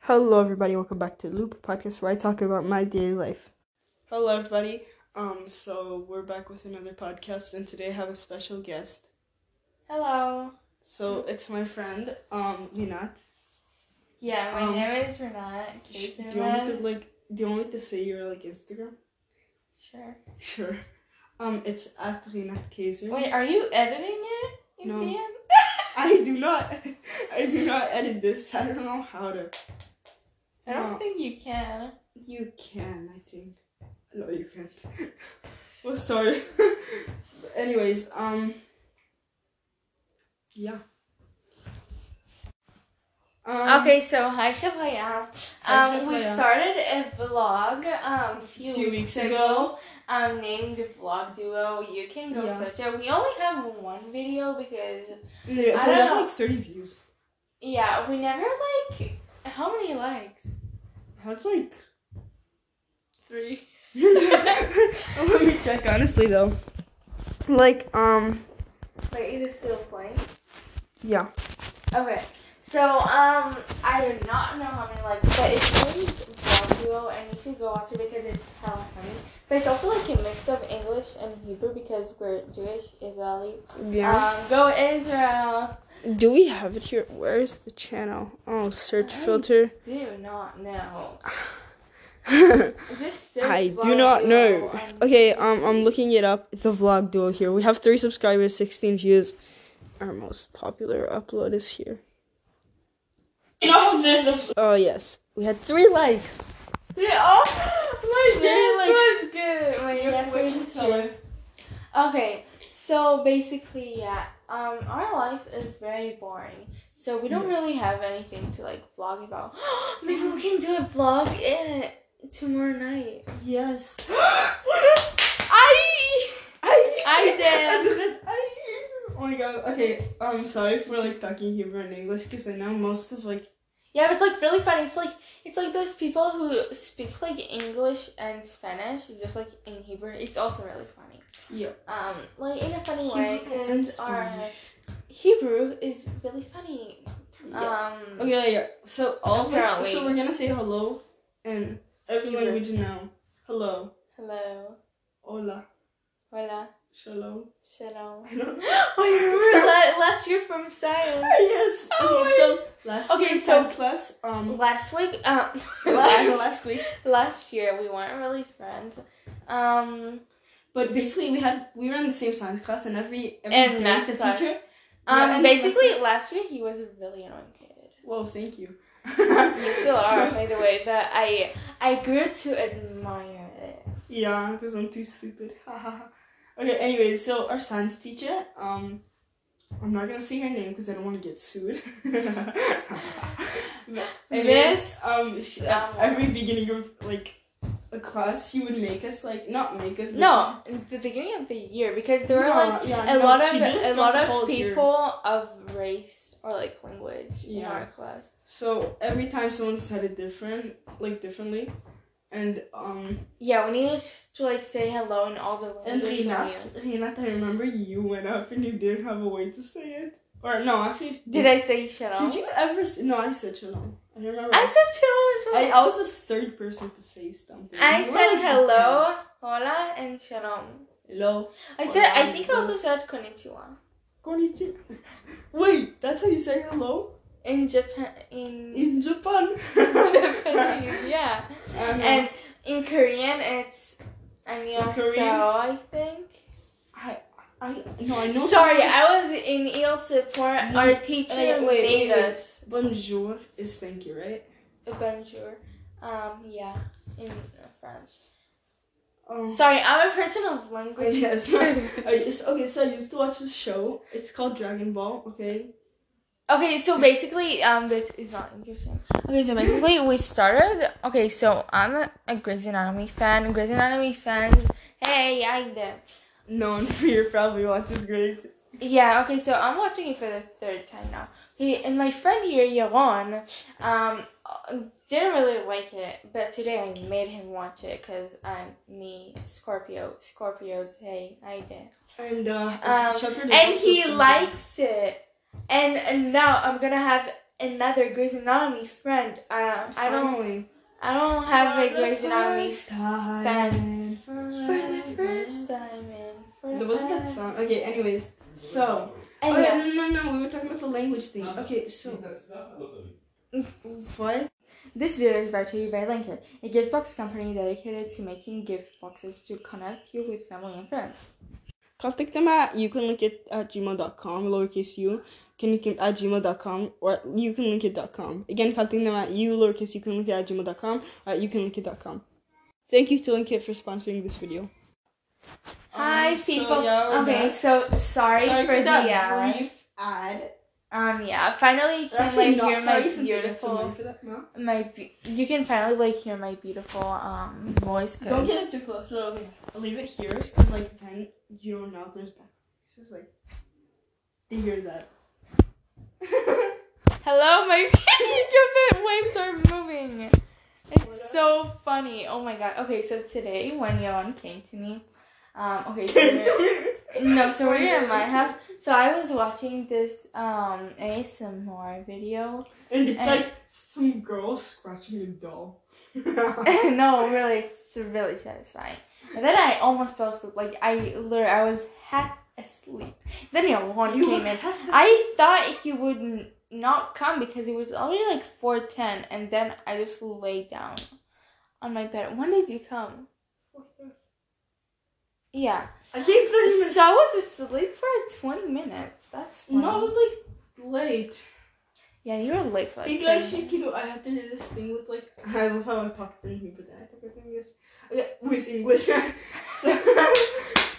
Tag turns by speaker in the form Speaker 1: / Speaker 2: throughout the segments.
Speaker 1: Hello, everybody. Welcome back to Loop Podcast, where I talk about my daily life. Hello, everybody. Um, so we're back with another podcast, and today I have a special guest.
Speaker 2: Hello.
Speaker 1: So it's my friend, um, Lina.
Speaker 2: Yeah, my
Speaker 1: Um,
Speaker 2: name is Renat.
Speaker 1: Do you want me to like? Do you want me to say your like Instagram?
Speaker 2: Sure.
Speaker 1: Sure. Um, it's at Renat Kaiser.
Speaker 2: Wait, are you editing it? You
Speaker 1: No.
Speaker 2: can?
Speaker 1: I do not. I do not edit this. I don't know how to.
Speaker 2: I don't
Speaker 1: No.
Speaker 2: think you can.
Speaker 1: You can, I think. No, you can't. well, sorry. But anyways, um, yeah. Um,
Speaker 2: okay, so hi Shabaya.
Speaker 1: Hi,
Speaker 2: Um, we
Speaker 1: Shabaya.
Speaker 2: started a vlog um a few,
Speaker 1: Few weeks
Speaker 2: weeks, ago. Um, named Vlog Duo. You can go
Speaker 1: Yeah.
Speaker 2: search it. We only have one video because
Speaker 1: and they-
Speaker 2: I
Speaker 1: they
Speaker 2: don't
Speaker 1: have
Speaker 2: know.
Speaker 1: like thirty views.
Speaker 2: yeah, we never like how many likes?
Speaker 1: That's like.
Speaker 2: Three.
Speaker 1: Let me check honestly though. Like um
Speaker 2: Wait, it is still playing.
Speaker 1: yeah
Speaker 2: Okay. So, um, I do not know how many likes, but it's really Vlog Duo, and you should go watch it because it's hella funny. But it's also like a mix of English and Hebrew because we're Jewish, Israeli.
Speaker 1: yeah.
Speaker 2: Um, go Israel!
Speaker 1: Uh, do we have it here? Where's the channel? Oh, search
Speaker 2: I-
Speaker 1: filter.
Speaker 2: Do not know.
Speaker 1: I
Speaker 2: Just search
Speaker 1: do
Speaker 2: Vlog
Speaker 1: not
Speaker 2: Duo
Speaker 1: know.
Speaker 2: on
Speaker 1: Okay, um, I'm
Speaker 2: YouTube.
Speaker 1: looking it up. The vlog duo here. We have three subscribers, 16 views. Our most popular upload is here.
Speaker 2: You know, there's a.
Speaker 1: Oh yes, we had three likes.
Speaker 2: Oh, my
Speaker 1: There are,
Speaker 2: yes
Speaker 1: like,
Speaker 2: was good. My yes was good. Okay, so basically, yeah, um, our life is very boring, so we don't
Speaker 1: Yes.
Speaker 2: really have anything to like vlog about. Maybe we can do a vlog it tomorrow night.
Speaker 1: Yes.
Speaker 2: I I did.
Speaker 1: did. Oh my god. Okay. Um, sorry for like talking Hebrew and English because I know most of like
Speaker 2: yeah, it's like really funny. It's like it's like those people who speak like English and Spanish, just like in Hebrew. It's also really funny.
Speaker 1: Yeah.
Speaker 2: Um, like in a funny way,
Speaker 1: Hebrew and
Speaker 2: 'cause our
Speaker 1: Spanish.
Speaker 2: Hebrew is really funny.
Speaker 1: Yeah.
Speaker 2: Um.
Speaker 1: okay. Yeah. So all of us. So
Speaker 2: Apparently.
Speaker 1: we're gonna say hello and everyone
Speaker 2: Hebrew.
Speaker 1: would know. Hello.
Speaker 2: Hello.
Speaker 1: Hola.
Speaker 2: Hola.
Speaker 1: Shalom.
Speaker 2: Shalom.
Speaker 1: I don't.
Speaker 2: La- last year from science.
Speaker 1: yes.
Speaker 2: Oh
Speaker 1: Okay, so last
Speaker 2: Okay,
Speaker 1: week,
Speaker 2: so-
Speaker 1: science class, um,
Speaker 2: Last week, um,
Speaker 1: last,
Speaker 2: last,
Speaker 1: last week,
Speaker 2: last year we weren't really friends. Um,
Speaker 1: but basically we had we were in the same science class, and every every
Speaker 2: And
Speaker 1: day
Speaker 2: math
Speaker 1: the
Speaker 2: class.
Speaker 1: teacher.
Speaker 2: um,
Speaker 1: and
Speaker 2: basically
Speaker 1: math
Speaker 2: last week he was a really annoying kid.
Speaker 1: Well, thank you.
Speaker 2: You still are, by the way, but I I grew to admire it.
Speaker 1: yeah, because I'm too stupid. okay. Anyway, so our science teacher, um, I'm not gonna say her name because I don't want to get sued. But anyways,
Speaker 2: Miss
Speaker 1: um, she,
Speaker 2: Samuel.
Speaker 1: every beginning of like a class, she would make us like not make us. but-
Speaker 2: No, in the beginning of the year because there were
Speaker 1: Mm-hmm. No,
Speaker 2: like
Speaker 1: yeah,
Speaker 2: a
Speaker 1: no,
Speaker 2: lot
Speaker 1: she
Speaker 2: of
Speaker 1: did it
Speaker 2: a
Speaker 1: throughout
Speaker 2: lot
Speaker 1: the whole
Speaker 2: of
Speaker 1: year.
Speaker 2: people of race or like language in
Speaker 1: Yeah.
Speaker 2: our class.
Speaker 1: So every time someone said it different, like differently, and um,
Speaker 2: Yeah, we needed to like say hello in all the
Speaker 1: and
Speaker 2: languages. we
Speaker 1: Renat,
Speaker 2: knew.
Speaker 1: Renat, I remember you went up and you didn't have a way to say it, or no, actually,
Speaker 2: Did I say shalom?
Speaker 1: Did you ever? s no, I said shalom. I remember.
Speaker 2: I said shalom
Speaker 1: I,
Speaker 2: as well.
Speaker 1: I was the third person to say something.
Speaker 2: I,
Speaker 1: You were,
Speaker 2: said
Speaker 1: like, the
Speaker 2: hello, hola, and shalom.
Speaker 1: tenth. Hello.
Speaker 2: I said, I
Speaker 1: Hola,
Speaker 2: think I also
Speaker 1: yes.
Speaker 2: said konnichiwa.
Speaker 1: Konnichiwa. Wait, that's how you say hello
Speaker 2: In Japan, in
Speaker 1: in Japan.
Speaker 2: Japanese, yeah.
Speaker 1: I know.
Speaker 2: And in Korean, it's
Speaker 1: Korean?
Speaker 2: annyeonghaseyo, I think.
Speaker 1: I, I, no, I know.
Speaker 2: Sorry,
Speaker 1: someone-
Speaker 2: I was in EL support.
Speaker 1: No.
Speaker 2: Our teacher
Speaker 1: Wait, wait,
Speaker 2: made
Speaker 1: wait, wait.
Speaker 2: us
Speaker 1: Bonjour is thank you, right?
Speaker 2: a bonjour. Um, yeah, in French.
Speaker 1: Um,
Speaker 2: Sorry, I'm a person of language.
Speaker 1: Yes. I just, okay, so I used to watch this show. It's called Dragon Ball. Okay.
Speaker 2: Okay, so basically, um, this is not interesting. Okay, so basically, we started. Okay, so I'm a, a Grey's Anatomy fan. Grey's Anatomy fans, hey, I did.
Speaker 1: No one here probably watches Grey's.
Speaker 2: Yeah, okay, so I'm watching it for the third time now. Okay, and my friend here, Yaron, um, uh, didn't really like it, but today I made him watch it because I'm me, Scorpio, Scorpios, hey, I did.
Speaker 1: And uh,
Speaker 2: Um,
Speaker 1: Shepherd is
Speaker 2: and
Speaker 1: also
Speaker 2: he
Speaker 1: Scorpio.
Speaker 2: likes it. And, and now I'm gonna have another Grey's Anatomy friend. Um, I don't. I don't have a Grey's Anatomy fan. for the first time in. For
Speaker 1: There was that
Speaker 2: a-
Speaker 1: song. Okay, anyways. So. Oh,
Speaker 2: Anyway,
Speaker 1: yeah, no, no, no. We were talking about the language thing. Okay, so. What?
Speaker 2: This video is brought to you by Lincoln, a gift box company dedicated to making gift boxes to connect you with family and friends.
Speaker 1: Contact them at you can link it at gmail.com, lowercase u, can link it at gmail.com, or you can link it.com. Again, contact them at you, lowercase you can link it at gmail.com, or at you can link it.com. Thank you to Linkit for sponsoring this video.
Speaker 2: Hi,
Speaker 1: Um, so,
Speaker 2: people.
Speaker 1: yeah, we're
Speaker 2: okay,
Speaker 1: back.
Speaker 2: so sorry, for, the uh,
Speaker 1: brief ad.
Speaker 2: um yeah. Finally, you can like hear my beautiful
Speaker 1: for that. No?
Speaker 2: my be- you can finally like hear my beautiful um voice.
Speaker 1: Don't
Speaker 2: 'cause-
Speaker 1: get it too close. No, okay. I'll leave it here because like then you don't know if there's back. It's just like they hear that.
Speaker 2: Hello, my the waves are moving. It's so funny. Oh my god. Okay, so today when Yeon came to me, um, okay, so we're- no, so we're here at my house. So I was watching this um ASMR video.
Speaker 1: And it's
Speaker 2: And-
Speaker 1: like some girl scratching a doll.
Speaker 2: no, really, it's really satisfying. And then I almost fell asleep. Like I literally, I was half asleep. Then Yeon
Speaker 1: You
Speaker 2: came in.
Speaker 1: have this-
Speaker 2: I thought he would n- not come because it was already like four ten, and then I just lay down on my bed. When did you come? Yeah,
Speaker 1: I gave
Speaker 2: so
Speaker 1: 30 minutes.
Speaker 2: I was asleep for twenty minutes. That's funny.
Speaker 1: No, I was like late.
Speaker 2: yeah, you were late for like.
Speaker 1: Because
Speaker 2: 30
Speaker 1: she
Speaker 2: minutes.
Speaker 1: can, I have to do this thing with like. I love how I talk in Hebrew, but then I talk with English. Okay, with English. so,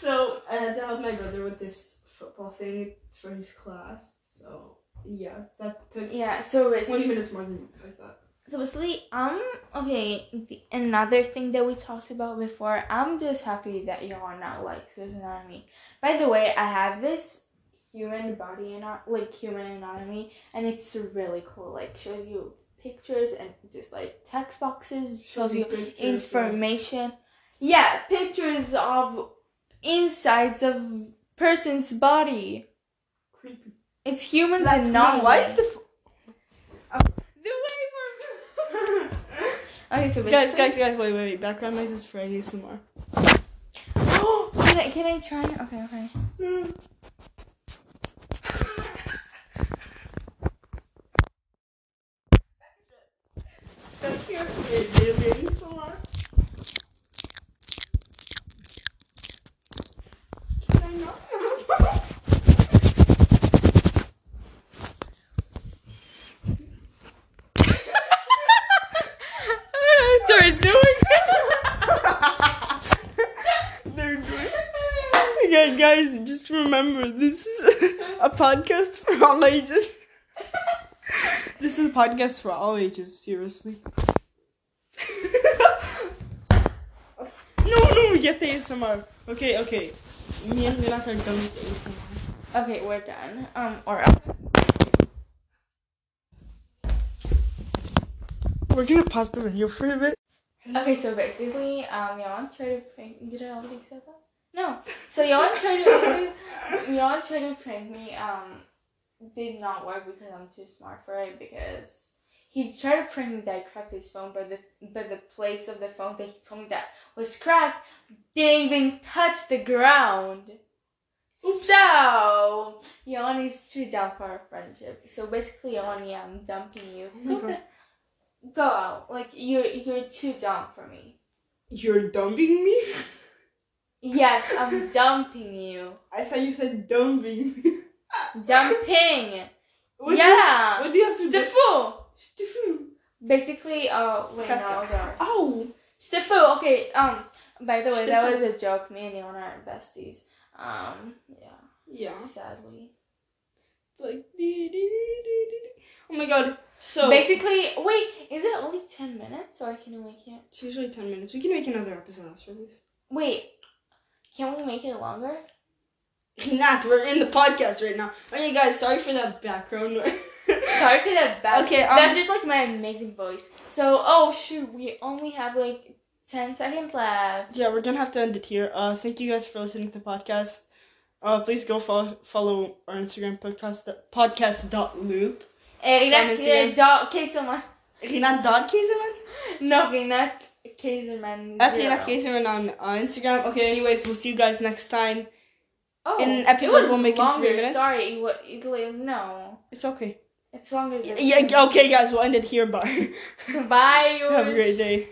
Speaker 1: so I had to help my brother with this football thing for his class. So yeah, that took
Speaker 2: Yeah, so it's
Speaker 1: 20 minutes more than I thought.
Speaker 2: So basically, um, okay, the, another thing that we talked about before, I'm just happy that y'all are not like Grey's Anatomy. By the way, I have this human body, ana- like human anatomy, and it's really cool. Like, shows you pictures and just like text boxes, tells you
Speaker 1: Pictures,
Speaker 2: information. Yeah, pictures of insides of person's body.
Speaker 1: like, Creepy.
Speaker 2: It's humans
Speaker 1: Like,
Speaker 2: and
Speaker 1: no,
Speaker 2: not.
Speaker 1: why is the.
Speaker 2: the way
Speaker 1: F-
Speaker 2: we're okay? So
Speaker 1: guys,
Speaker 2: basically-
Speaker 1: guys, guys, wait, wait, wait. Background noise is for ASMR.
Speaker 2: can I can I try? Okay, okay.
Speaker 1: That's your Indian salon. Can I not have
Speaker 2: They're doing.
Speaker 1: They're doing. Okay, guys, just remember this is a podcast for all ages. This is a podcast for all ages, seriously. no, no, we get the ASMR. Okay, okay. Me and Minat are done with ASMR.
Speaker 2: okay, we're done. Um, or else.
Speaker 1: We're gonna pause the video for a bit.
Speaker 2: okay. So basically, um, Yawn tried to prank. Did I already say that? No. So Yawn tried to Yawn tried to prank me. Um, did not work because I'm too smart for it. Because. He tried to prank me that I cracked his phone, but the but the place of the phone that he told me that was cracked didn't even touch the ground.
Speaker 1: Oops.
Speaker 2: So, Yawn is too dumb for our friendship. So basically, Yawn, yeah, I'm dumping you.
Speaker 1: Oh my
Speaker 2: go,
Speaker 1: God.
Speaker 2: the- go out. Like you're you're too dumb for me.
Speaker 1: You're dumping me?
Speaker 2: Yes, I'm dumping you.
Speaker 1: I thought you said dumping me.
Speaker 2: Dumping.
Speaker 1: What do you-
Speaker 2: yeah.
Speaker 1: what do you have to do?
Speaker 2: Stifu.
Speaker 1: Stifu.
Speaker 2: Basically, oh wait, no, no.
Speaker 1: Oh.
Speaker 2: Stifu. Okay. Um. By the way, that
Speaker 1: Stifu.
Speaker 2: was a joke. Me and Yawn aren't besties. Um. Yeah.
Speaker 1: Yeah.
Speaker 2: Sadly.
Speaker 1: It's like. dee, dee, dee, dee, dee, dee. Oh my god. So.
Speaker 2: Basically, wait. Is it only ten minutes, or can we make it?
Speaker 1: It's usually 10 minutes. We can make another episode after this.
Speaker 2: Wait, can we make it longer?
Speaker 1: Not, we're in the podcast right now. Okay, guys, sorry for that background noise.
Speaker 2: Sorry for that bad.
Speaker 1: Okay, um,
Speaker 2: That's just like my amazing voice. So, oh shoot, we only have like 10 seconds left.
Speaker 1: yeah, we're gonna have to end it here. Uh, thank you guys for listening to the podcast. Uh, please go follow follow our Instagram podcast podcast dot loop.
Speaker 2: Rinat
Speaker 1: It's on Instagram.
Speaker 2: eh, dot Kaiserman.
Speaker 1: Rinat dot Kaiserman?
Speaker 2: No, Rinat Kaiserman.
Speaker 1: At
Speaker 2: zero.
Speaker 1: Rinat Kaiserman on uh, Instagram. Okay, anyways, we'll see you guys next time.
Speaker 2: Oh,
Speaker 1: in
Speaker 2: it
Speaker 1: episode
Speaker 2: was
Speaker 1: we'll make it three
Speaker 2: longer,
Speaker 1: minutes.
Speaker 2: Sorry, it, wa- it, like, no,
Speaker 1: It's okay.
Speaker 2: it's longer.
Speaker 1: Y-
Speaker 2: Than
Speaker 1: Yeah, okay, guys, we'll end it here, bye.
Speaker 2: Bye.
Speaker 1: Have a
Speaker 2: Yours.
Speaker 1: great day.